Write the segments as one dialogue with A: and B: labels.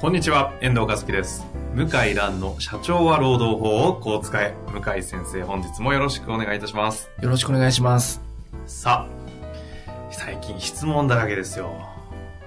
A: こんにちは、遠藤和樹です。向井蘭の社長は労働法をこう使え。向井先生、本日もよろしくお願いいたします。
B: よろしくお願いします。
A: さあ、最近質問だらけですよ。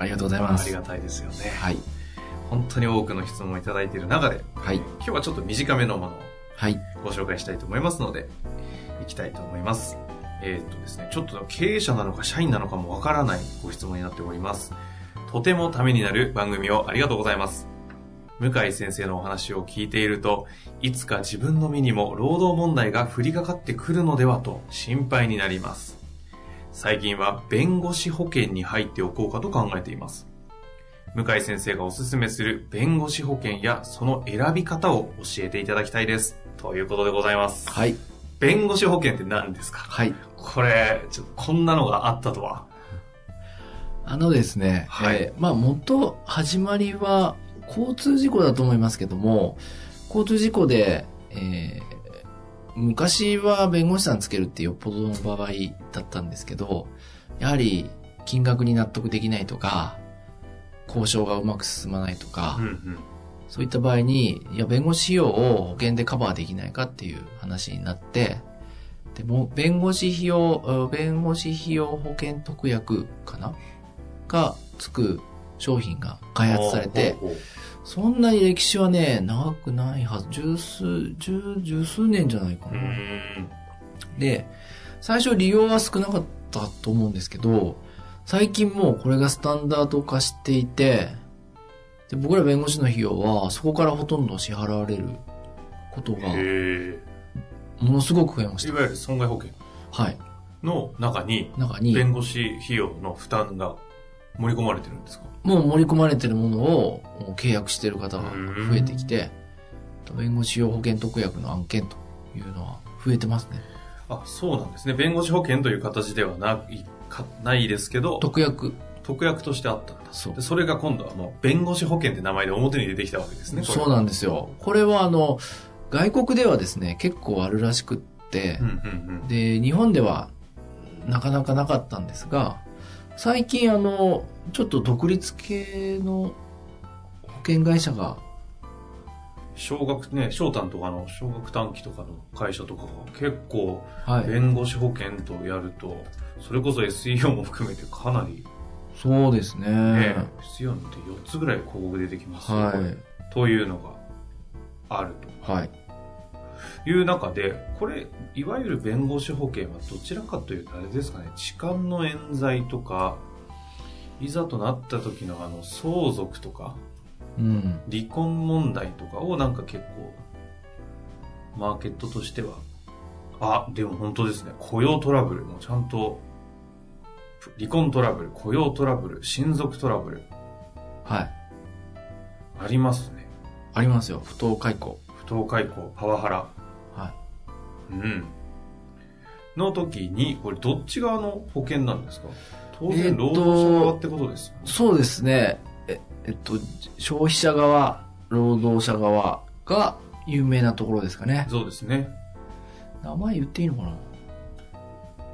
B: ありがとうございま
A: あり
B: す。
A: がたいですよね。
B: はい。
A: 本当に多くの質問をいただいている中で、
B: はい。
A: 今日はちょっと短めのものを
B: はい。
A: ご紹介したいと思いますので、いきたいと思います。えーっとですね、ちょっと経営者なのか社員なのかもわからないご質問になっております。とてもためになる番組をありがとうございます。向井先生のお話を聞いていると、いつか自分の身にも労働問題が降りかかってくるのではと心配になります。最近は弁護士保険に入っておこうかと考えています。向井先生がおすすめする弁護士保険やその選び方を教えていただきたいです。ということでございます。
B: はい。
A: 弁護士保険って何ですか
B: はい。
A: これ、ちょっとこんなのがあったとは。
B: あのですね、
A: はい
B: えーまあ、元、始まりは、交通事故だと思いますけども、交通事故で、えー昔は弁護士さんつけるってよっぽどの場合だったんですけど、やはり、金額に納得できないとか、交渉がうまく進まないとか、
A: うんうん。
B: そういった場合に、いや、弁護士費用を保険でカバーできないかっていう話になって、でも、弁護士費用、うん弁護士費用保険特約かながつく商品が開発されて、
A: ほうほうほ
B: そんなに歴史はね、長くないはず、十数、十、十数年じゃないか
A: う。うー
B: な。
A: ん。
B: で、最初利用は少なかったと思うんですけど、最近もうこれがスタンダード化していて、で僕ら弁護士の費用はそこからほとんど支払われることが
A: へ
B: ものすごく増えまし
A: え。い
B: た。
A: わゆる損害保険
B: はい。
A: の中に、
B: 中に、
A: 弁護士費用の負担が盛り込まれてるんですか
B: もう盛り込まれてるものを契約してる方が増えてきて、弁護士用保険特約の案件というのは増えてますね。
A: あ、そうなんですね。弁護士保険という形ではない、かないですけど、
B: 特約、
A: 特約としてあったんだ。
B: そう
A: で。それが今度はもう弁護士保険って名前で表に出てきたわけですね。これ
B: そうなんですよ。これはあの、外国ではですね、結構あるらしくって、
A: うんうん
B: で、日本ではなかなかなかったんですが、最近あの、ちょっと独立系の保険会社が、
A: うん。小学ね、小短とかの、小学短期とかの会社とかが結構、
B: はい。
A: 弁護士保険とやると、それこそ SEO も含めてかなり、
B: そうですね。
A: ね、必要なんて4つぐらい広告出てきますよ、これ
B: は
A: というのがある
B: い。はい。
A: という中で、これ、いわゆる弁護士保険はどちらかというとあれですかね、痴漢の冤罪とか、いざとなった時のあの相続とか、
B: うん。
A: 離婚問題とかをなんか結構、マーケットとしては、あ、でも本当ですね、雇用トラブルもちゃんと、離婚トラブル、雇用トラブル、親族トラブル、
B: はい。
A: ありますね。
B: ありますよ。不当解雇。
A: 不当解雇、パワハラ。
B: は
A: うん。の時に、これどっち側の保険なんですか当
B: え
A: 然、
B: っと
A: 労働者側ってことですよね。
B: い。そうですね。え、えっと、消費者側、労働者側が有名なところですかね。
A: そうですね。
B: 名前言っていいのか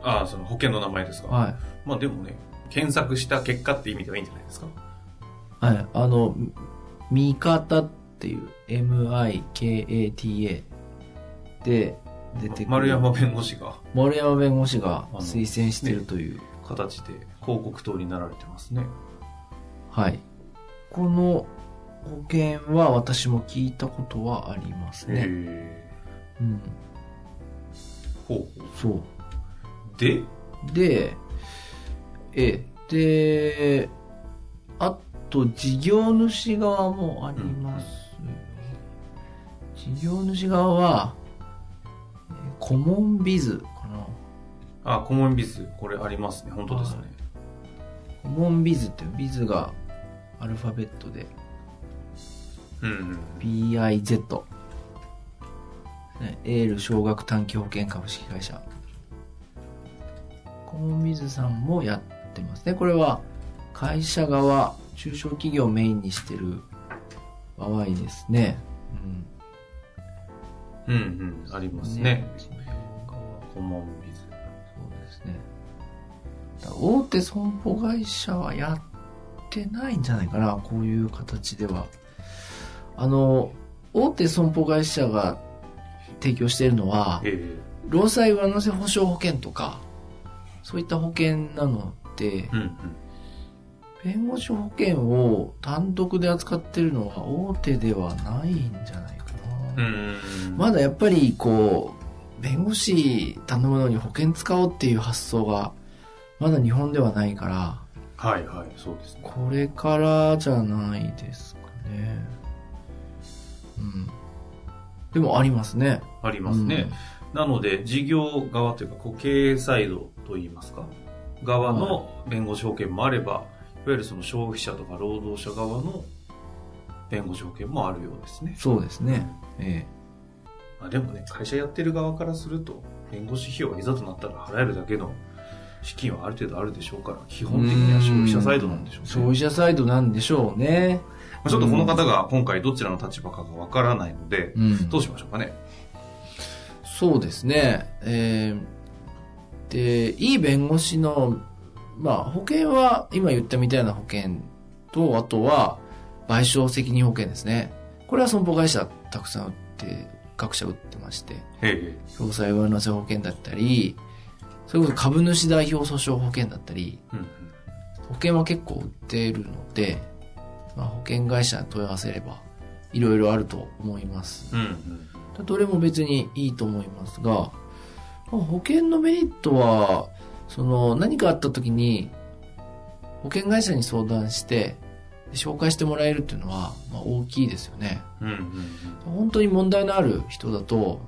A: ああ、その保険の名前ですか。
B: なはい。
A: まあでもね、検索した結果って意味ではいいんじゃないですか。
B: はい、あの、み味方っていう、MIKATA で出てくる。
A: 丸山弁護士が。
B: 丸山弁護士が
A: あの
B: 推薦してるという。
A: 形で広告塔になられてますね。
B: はい。この保険は私も聞いたことはありますね。
A: へ
B: うん。
A: ーほ。
B: そう
A: で、
B: う。で、え、で、あと事業主側もありますよね。事業主側は、えーコモンビズかな。
A: あ、コモンビズ、これありますね。本当ですね
B: は。ボンビズっていうビズがアルファベットで
A: うんうん。
B: BIZ、ね、エール少額短期保険株式会社コンビズさんもやってますねこれは会社側中小企業をメインにしてる場合ですね、うん、
A: うんうん。ありますね。コモンビズ。
B: そうですね。だから大手損保会社はやってないんじゃないかな、こういう形では。あの、大手損保会社が提供しているのは、
A: ええ
B: 労災上乗せ保障保険とか、そういった保険なので、
A: うんうん。
B: 弁護士保険を単独で扱ってるのは大手ではないんじゃないかな。
A: うん。
B: まだやっぱりこう、弁護士頼むのに保険使おうっていう発想が、まだ日本ではないから、
A: はいはい、そうですね。
B: これからじゃないですかね。うん。でもありますね。
A: ありますね。なので、事業側というか、こう経営サイドといいますか、側の弁護士保険もあれば、いわゆるその消費者とか労働者側の弁護士保険もあるようです
B: う
A: ね
B: ん。。そうですね。え
A: まあ、でもね、会社やってる側からすると、弁護士費用がいざとなったら払えるだけの資金はある程度あるでしょうから、基
B: え。
A: 本的には消費者サイドなんでしょうね。
B: 消費者サイドなんでしょうね。
A: まあちょっとこの方が今回どちらの立場かがわからないので、
B: うん。
A: どうしましょうかね。
B: そうですね。えーで、いい弁護士の、まあ、保険は、今言ったみたいな保険と、あとは、賠償責任保険ですね。これは損保会社たくさん売って、各社売ってまして、
A: え
B: 労災上乗せ保険だったり、それこそ株主代表訴訟保険だったり、
A: え。うん
B: 保険は結構売っているので、まあ、保険会社に問い合わせれば、いろいろあると思います。
A: うん。うんうん。
B: どれも別にいいと思いますが、まあ保険のメリットは、その何かあった時に、保険会社に相談して、で紹介してもらえるっていうのは、まあ、大きいですよね。
A: うんうんうん。
B: 本当に問題のある人だと、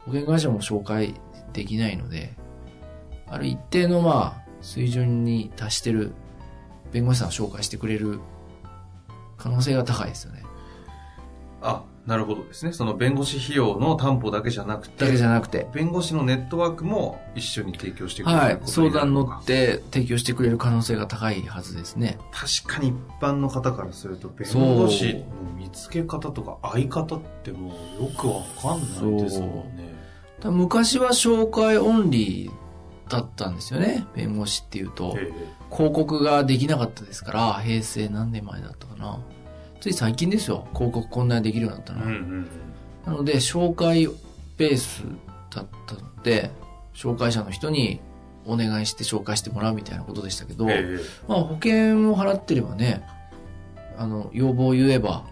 B: 保険会社も紹介できないので、ある一定のまあ、水準に達してる弁護士さんを紹介してくれる可能性が高いですよね。
A: あ、なるほどですね。その弁護士費用の担保だけじゃなく
B: だけ
A: て、
B: じゃなくて、
A: 弁護士のネットワークも一緒に提供してくれる
B: はい
A: こ。と
B: 相
A: になる
B: 談
A: の
B: 乗
A: か
B: って提供してくれる可能性が高いはずですね。
A: 確かに一般の方からすると、弁
B: そう
A: 護士の見つけ方とか相方ってもうよくわかんないですもんね。
B: ただ昔は紹介オンリーだったんですよね。弁護士っていうと。
A: え
B: 広告ができなかったですから、平成何年前だったかな。つい最近ですよ。広告こんなにできるようになった
A: え
B: の
A: う
B: は。
A: んうん
B: なので、紹介ベースだったので、紹介者の人にお願いして紹介してもらうみたいなことでしたけど、
A: うん。ええ
B: まあ保険を払ってればね、あの、要望を言えば、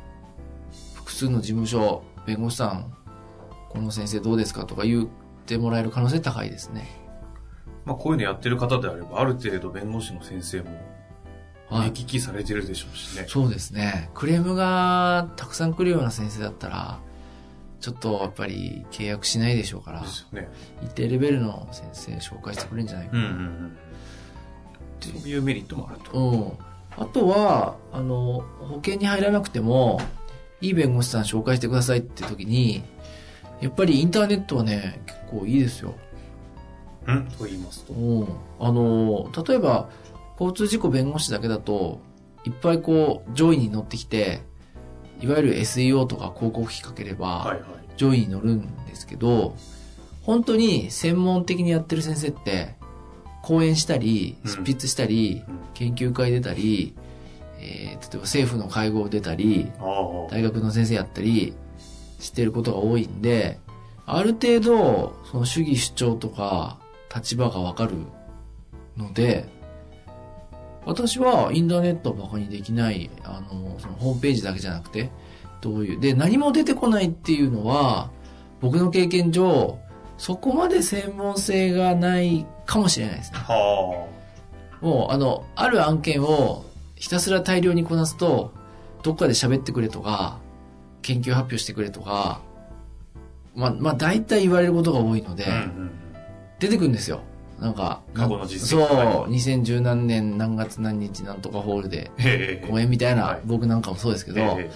B: 複数の事務所、弁護士さん、この先生どうですかとか言ってもらえる可能性高いですね。
A: まあこういうのやってる方であれば、ある程度弁護士の先生も
B: は
A: 目
B: い。
A: 利きされてるでしょうしね。
B: そうですね。クレームがたくさん来るような先生だったら、ちょっとやっぱり契約しないでしょうから
A: で、すよね。
B: 一定レベルの先生紹介してくれるんじゃないか
A: うんう
B: な。
A: んうん。そういうメリットもあると。
B: うん。あとは、あの、保険に入らなくても、いい弁護士さん紹介してくださいって時に、やっぱりインターネットはね、結構いいですよ。
A: うん、と言いますと。
B: うん。あの、例えば、交通事故弁護士だけだと、いっぱいこう、上位に乗ってきて、いわゆる SEO とか広告費かけれ
A: は
B: ば、
A: いはい。
B: 上位に乗るんですけど、本当に専門的にやってる先生って、講演したり、
A: うん
B: 執筆したり、
A: うん
B: 研究会出たり、えー例えば政府の会合出たり、
A: ああ。
B: 大学の先生やったりしてることが多いんで、ある程度、その主義主張とか立場がわかるので、私はインターネットをバカにできない、あの、そのホームページだけじゃなくて、どういう、で、何も出てこないっていうのは、僕の経験上、そこまで専門性がないかもしれないですね。
A: は
B: もう、あの、ある案件をひたすら大量にこなすと、どっかで喋ってくれとか、研究発表してくれとか、まあ、まあ、大体言われることが多いので、
A: あ。うんうんうん。
B: 出てくるんですよ。なんか、
A: 過去の実
B: そう
A: 績とかに、
B: 2017年何月何日なんとかホールで
A: ええ
B: 公演みたい
A: はい
B: な、僕なんかもそうですけど、
A: ええ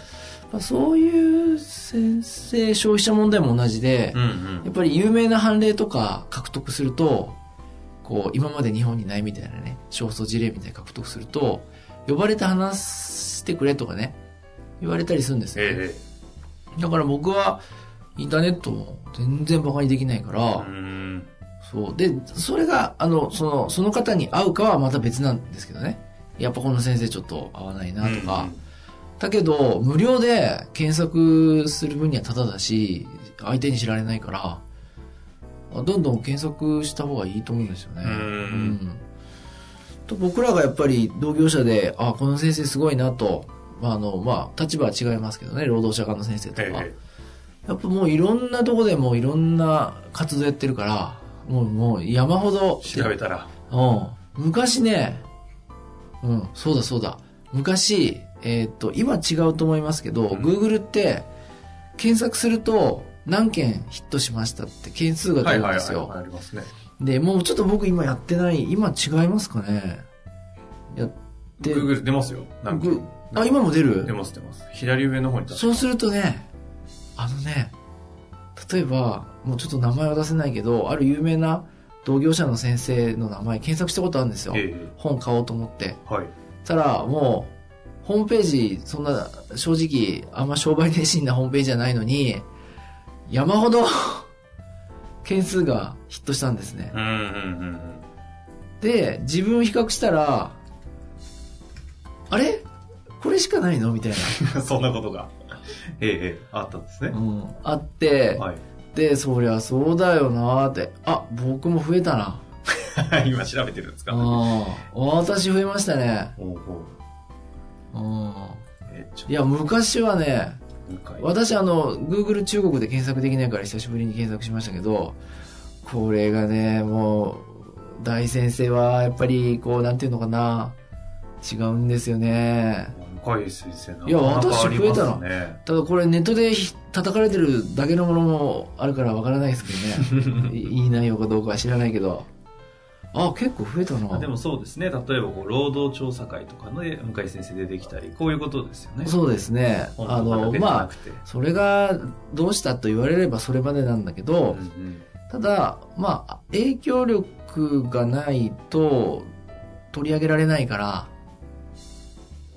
B: まあそういう先生、消費者問題も同じで、
A: うんう
B: や
A: ん
B: っぱり有名な判例とか獲得すると、こう、今まで日本にないみたいなね、少数事例みたいな獲得すると、呼ばれて話してくれとかね、言われたりするんですよね、
A: え
B: だから僕は、インターネットも全然馬鹿にできないから、
A: えうん
B: そう。で、それが、あの、その、その方に会うかはまた別なんですけどね。やっぱこの先生ちょっと合わないなとか。だけど、無料で検索する分にはタダだし、相手に知られないから、どんどん検索した方がいいと思うんですよね。
A: うん
B: と僕らがやっぱり同業者で、あ、この先生すごいなと、まあ、あの、まあ、立場は違いますけどね、労働者側の先生とか。
A: ええ
B: やっぱもういろんなとこでもういろんな活動やってるから、もうもう山ほど。
A: 調べたら
B: うん。昔ね、うん、そうだそうだ。昔、えーっと、今違うと思いますけど、
A: うん
B: Google って検索すると何件ヒットしましたって件数が出るんですよ。
A: ありますね
B: で、もうちょっと僕今やってない、今違いますかねやって、
A: Google 出ますよなんか
B: グあ、今も出る
A: 出ます出ます左上の方に立
B: そうするとね、あのね、例えば、もうちょっと名前は出せないけど、ある有名な同業者の先生の名前検索したことあるんですよ。
A: ええ
B: 本買おうと思って。
A: はい
B: たら、もう、ホームページ、そんな、正直、あんま商売熱心なホームページじゃないのに、山ほど、 件数がヒットしたんですね。
A: うんうんうんうん
B: で、自分を比較したら、あれこれしかないのみたい
A: そんなことが、ええええあったんですね
B: な。。うん。あって、
A: はい。
B: で、そりゃそうだよなーって。あ、僕も増えたな。
A: 今調べてるんですか
B: ああ、私増えましたね。
A: おうおう
B: うん。
A: えーちょ
B: いや、昔はね、
A: っと、向井
B: 私あの、Google 中国で検索できないから久しぶりに検索しましたけど、これがね、もう、大先生はやっぱり、こう、なんていうのかな、違うんですよね。
A: 向井先生なかなか
B: いや私
A: あります
B: 増えた
A: ね。
B: ただこれネットでひ叩かれてるだけのものもあるからわからないですけど ね。いいい内容かどうかは知らないけど。あ、結構増えたな。
A: あでもそうですね。例えばこう、労働調査会とかで向井先生出てきたり、こういうことですよね。う。
B: そうですね。あ
A: あの、
B: の、
A: まあ
B: まあ、、それがどうしたと言われればそれまでなんだけ
A: うん
B: ど、
A: うん
B: ただ、まあ、影響力がないと取り上げられないから、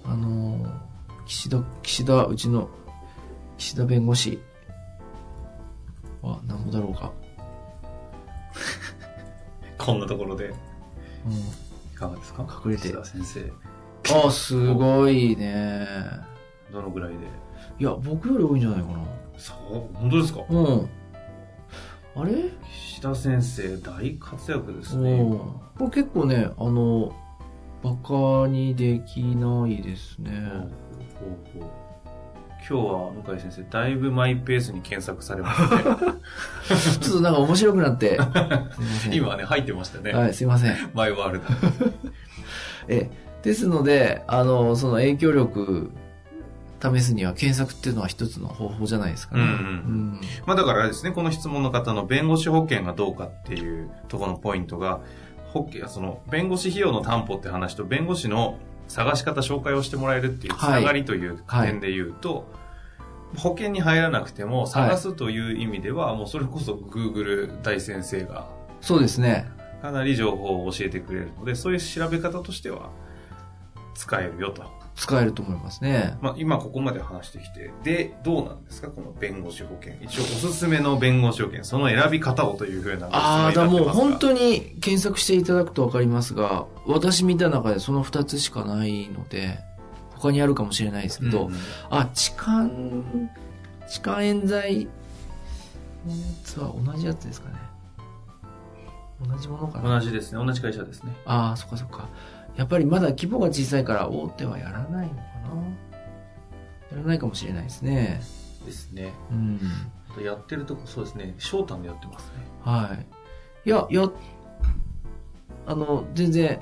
B: あの、岸田、岸田、うちの岸田弁護士はなんぼだろうか。
A: こんなところで、
B: うん
A: いかがですか
B: 隠れて
A: 岸田先生、
B: あ、すごいね。
A: どのぐらいで
B: いや、僕より多いんじゃないかな。
A: そう、本当ですか
B: うん。あれ
A: 岸田先生、大活躍ですね。
B: うん。これ結構ね、あの、バカにできないですね。
A: ほうほうほう今日は向井先生だいぶマイペースに検索されま したね
B: ちょっとなんか面白くな って。すいません。
A: 今はね入ってましたね、
B: はい、すいません。
A: マイワールド
B: え、ですので、あの、その影響力試すには検索っていうのは一つの方法じゃないですかね。
A: うんうんまあだからあれですねこの質問の方の弁護士保険がどうかっていうところのポイントが保険その弁護士費用の担保って話と弁護士の探し方紹介をしてもらえるっていうつ
B: はい
A: ながりという
B: はい
A: 点で言うと、保険に入らなくても探すという意味では、もうそれこそ Google 大先生が
B: そうですね。
A: かなり情報を教えてくれるので、そういう調べ方としては使えるよと。
B: 使えると思いますね。
A: まあ、今ここまで話してきて、で、どうなんですかこの弁護士保険。一応おすすめの弁護士保険、その選び方をというふうな
B: ああ、だからもう本
A: に。
B: 当に検索していただくとわかりますが、私見た中でその2つしかないので、他にあるかもしれないですけど、
A: うん
B: あ、痴漢、痴漢冤罪のやつは同じやつですかね。同じものかな。
A: 同じですね。同じ会社ですね。
B: ああ、そっかそっか。やっぱりまだ規模が小さいから大手はやらないのかな。やらないかもしれないですね。
A: ですね。
B: うん。
A: あとやってるとこ、そうですね。翔太でやってますね。
B: はい。いや、いや、あの、全然、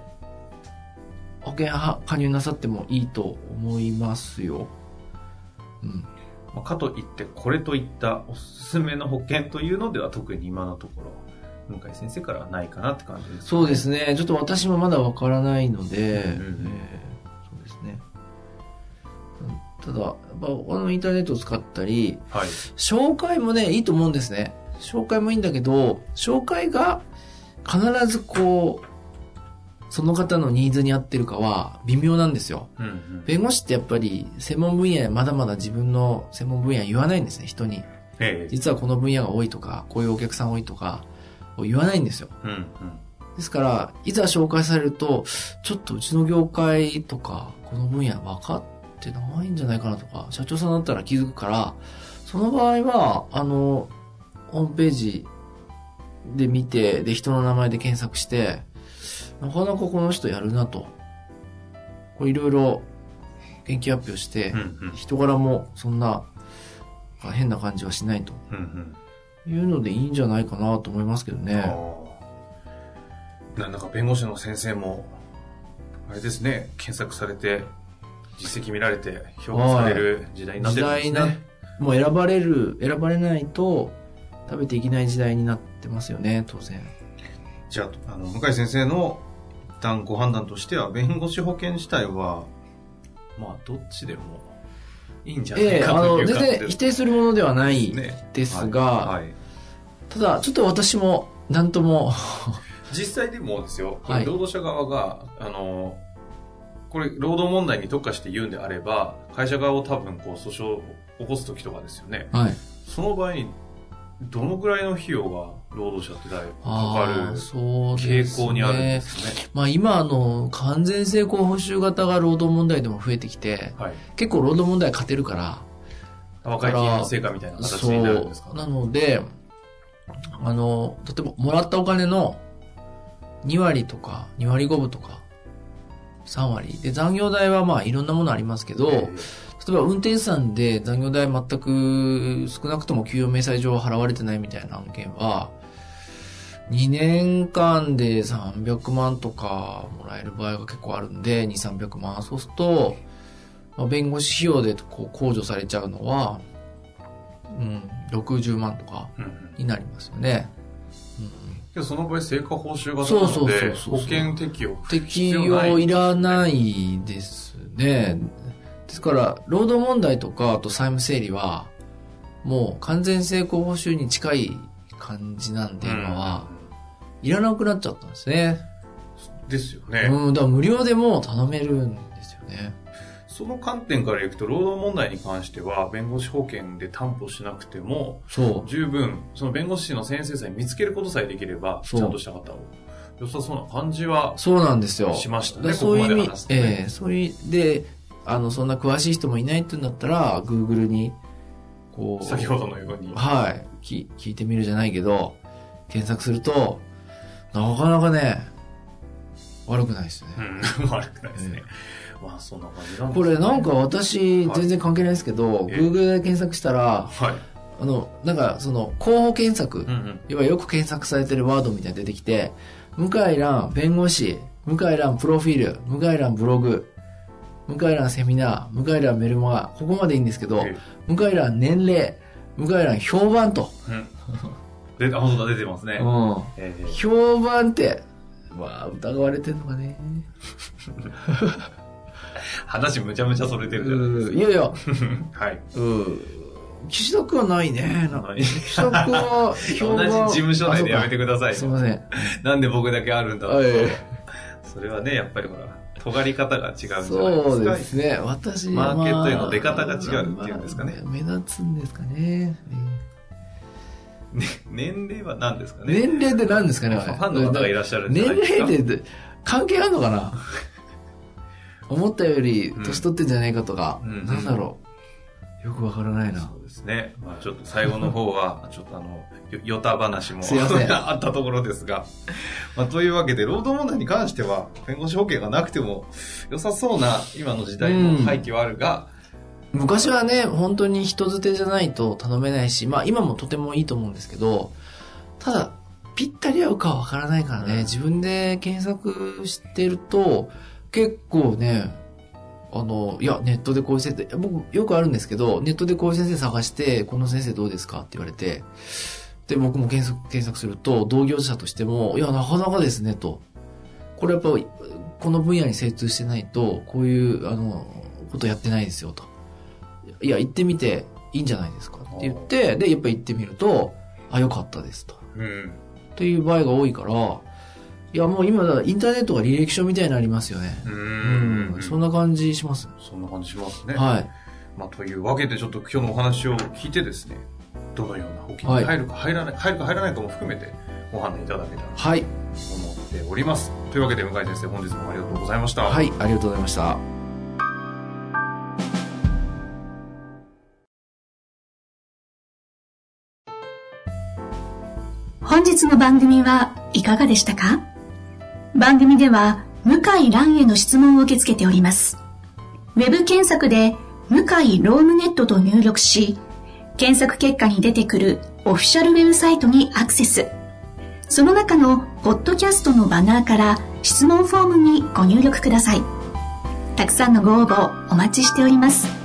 B: 保険は加入なさってもいいと思いますよ。うん。
A: まあ、かといって、これといったおすすめの保険というのでは特に今のところ向井先生からはないかなって感じです。
B: そうですね。ちょっと私もまだわからないので、
A: うんうん
B: えーそうですね。ただ、やっぱあのインターネットを使ったり、
A: はい。
B: 紹介もね、いいと思うんですね。紹介もいいんだけど、紹介が必ずこう、その方のニーズに合ってるかは微妙なんですよ。
A: うんうん。
B: 弁護士ってやっぱり専門分野まだまだ自分の専門分野言わないんですね、人に。
A: ええ
B: 実はこの分野が多いとか、こういうお客さん多いとか、言わないんですよ。
A: うんうん。
B: ですから、いざ紹介されると、ちょっとうちの業界とか、この分野分かってないんじゃないかなとか、社長さんだったら気づくから、その場合は、あの、ホームページで見て、で、人の名前で検索して、なかなかこの人やるなと。これいろいろ研究発表して
A: うんう、ん。
B: 人柄もそんな変な感じはしないと
A: うんうん。
B: いうのでいいんじゃないかなと思いますけどね。
A: あーなんだか弁護士の先生も、あれですね、検索されて、実績見られて、評価される時代になって
B: 時
A: るんで
B: 代
A: すね。
B: ね。もう選ばれる、選ばれないと食べていけない時代になってますよね、当然。
A: じゃあ、あの、向井先生の一旦ご判断としては、弁護士保険自体は、まあ、どっちでもいいんじゃな
B: え
A: い
B: え
A: か
B: あ
A: とい
B: の、
A: う
B: 全
A: 感じ
B: 然
A: で
B: 否
A: す
B: 定するものではない
A: ね。
B: ですが、
A: はいはい
B: ただ、ちょっと私も、なんとも、
A: 実際でもですよ、
B: はい
A: 労働者側が、あの、これ、労働問題に特化して言うんであれば、会社側を多分、こう、訴訟を起こすときとかですよね。
B: はい。
A: その場合に、どのぐらいの費用が労働者ってだいか
B: あ
A: か
B: あ、
A: る
B: そうで
A: 傾
B: すね。
A: 向にあるんですね。
B: まあ今、あの、完全成功報酬型が労働問題でも増えてきて、
A: はい。
B: 結構労働問題勝てるから、
A: 若い金の成果みたいな形になるんですか
B: そうなので、あの、例えば、もらったお金の2割とか、2割5分とか、3割。で、残業代はまあいろんなものありますけど、
A: え
B: 例えば運転手さんで残業代全く少なくとも給与明細上払われてないみたいな案件は、2年間で300万とかもらえる場合が結構あるんで、2、300万。そうすると、まあ、弁護士費用でこう控除されちゃうのは、うん、60万とか
A: えうんうん
B: になりますよね。
A: けどその場合成果報酬が
B: そう
A: な
B: そ
A: の
B: うそ
A: で
B: うそう
A: 保険適用
B: 適
A: 必要ない
B: 用いらないですね。ですから、労働問題とか、あと債務整理は、もう完全成功報酬に近い感じなんで、今は、いらなくなっちゃったんですね。
A: うんですよね、
B: うん、だから無料でもう頼めるんですよね。
A: その観点からいくと労働問題に関しては弁護士保険で担保しなくても
B: そう。
A: 十分その弁護士の先生さえ見つけることさえできれば
B: そう
A: ちゃんとした方を良さそうな感じは
B: そうなんですよ。
A: しました
B: だか
A: ね
B: らそういう
A: ここ
B: 意
A: まで
B: 味
A: 話す、と
B: え
A: ね
B: えそういう、で、あの、そんな詳しい人もいないって言うんだったら、Google に、こう、
A: 先ほどのように
B: はい、き聞いてみるじゃないけど、検索すると、なかなかね、悪くないですね。
A: うん 悪くないですね、まあそんな感じなんです
B: こ
A: ね
B: れなんか私、
A: はい
B: 全然関係ないですけど、
A: ええ
B: Google で検索したら、
A: はい、
B: あの、なんかその、候補検索、
A: うんうん、
B: 要はよく検索されてるワードみたいなの出てきて、向井蘭弁護士、向井蘭プロフィール、向井蘭ブログ、向井蘭セミナー、向井蘭メルマガ、ここまでいいんですけど
A: え、
B: 向井蘭年齢、向井蘭評判と。
A: えであ本当だ出てますね、
B: うん
A: ええ
B: 評判って、まあ、疑われてんのかね。
A: 話むちゃむちゃそれてるじゃないです
B: うんいやいや、
A: か、 はい
B: うん。岸田君はないね。なんか
A: ない
B: 岸田君は 評
A: 同
B: 判
A: じ事務所内でやめてくださ
B: あ
A: い
B: そう
A: よ
B: かすいません。
A: なんで僕だけあるんだ
B: はい
A: それはね、やっぱりほら、尖り方が違うんじゃないですか。
B: そうですね。私
A: マーケットへの出方が違うっていうんですかね
B: まあ目立つんですかね。
A: ね年齢は何ですかね。
B: 年齢って何ですかね。
A: ファンの方がいらっしゃるんじゃ
B: 年
A: ないですか。
B: 齢って関係あるの かな思ったより年取ってんじゃないかとか、
A: うん
B: なんだろう。よくわからないな。
A: そうですね。まあちょっと最後の方は、 ちょっとあの、よよた話も
B: すいませ ん
A: あったところですが。まあというわけで、労働問題に関しては、弁護士保険がなくても良さそうな今の時代の背景はあるが、
B: 昔はね、本当に人づてじゃないと頼めないし、まあ今もとてもいいと思うんですけど、ただ、ぴったり合うかはわからないからね、
A: うん
B: 自分で検索してると、結構ね、あの、いや、ネットでこういう先生、僕よくあるんですけど、ネットでこういう先生探して、この先生どうですかって言われて、で、僕も検索、検索すると、同業者としても、いや、なかなかですね、と。これやっぱ、この分野に精通してないと、こういう、あの、ことやってないですよ、と。いや、行ってみていいんじゃないですか、って言って、で、やっぱ行ってみると、あ、よかったです、と。
A: うん。
B: っていう場合が多いから、いや、もう今、だからインターネットが履歴書みたいになりますよね。
A: う。
B: うんそんな感じします。
A: そんな感じしますね。
B: はい。
A: まあ、というわけで、ちょっと今日のお話を聞いてですね、どのような保険に入るか入らない、入るか入らないかも含めて、ご判断いただけたらと
B: はい。
A: 思っております。というわけで、向井先生、本日もありがとうございました。
B: はい、ありがとうございました。
C: 本日の番組はいかがでしたか番組では向井蘭への質問を受け付けております。ウェブ検索で向井ロームネットと入力し、検索結果に出てくるオフィシャルウェブサイトにアクセス。その中のポッドキャストのバナーから質問フォームにご入力ください。たくさんのご応募お待ちしております。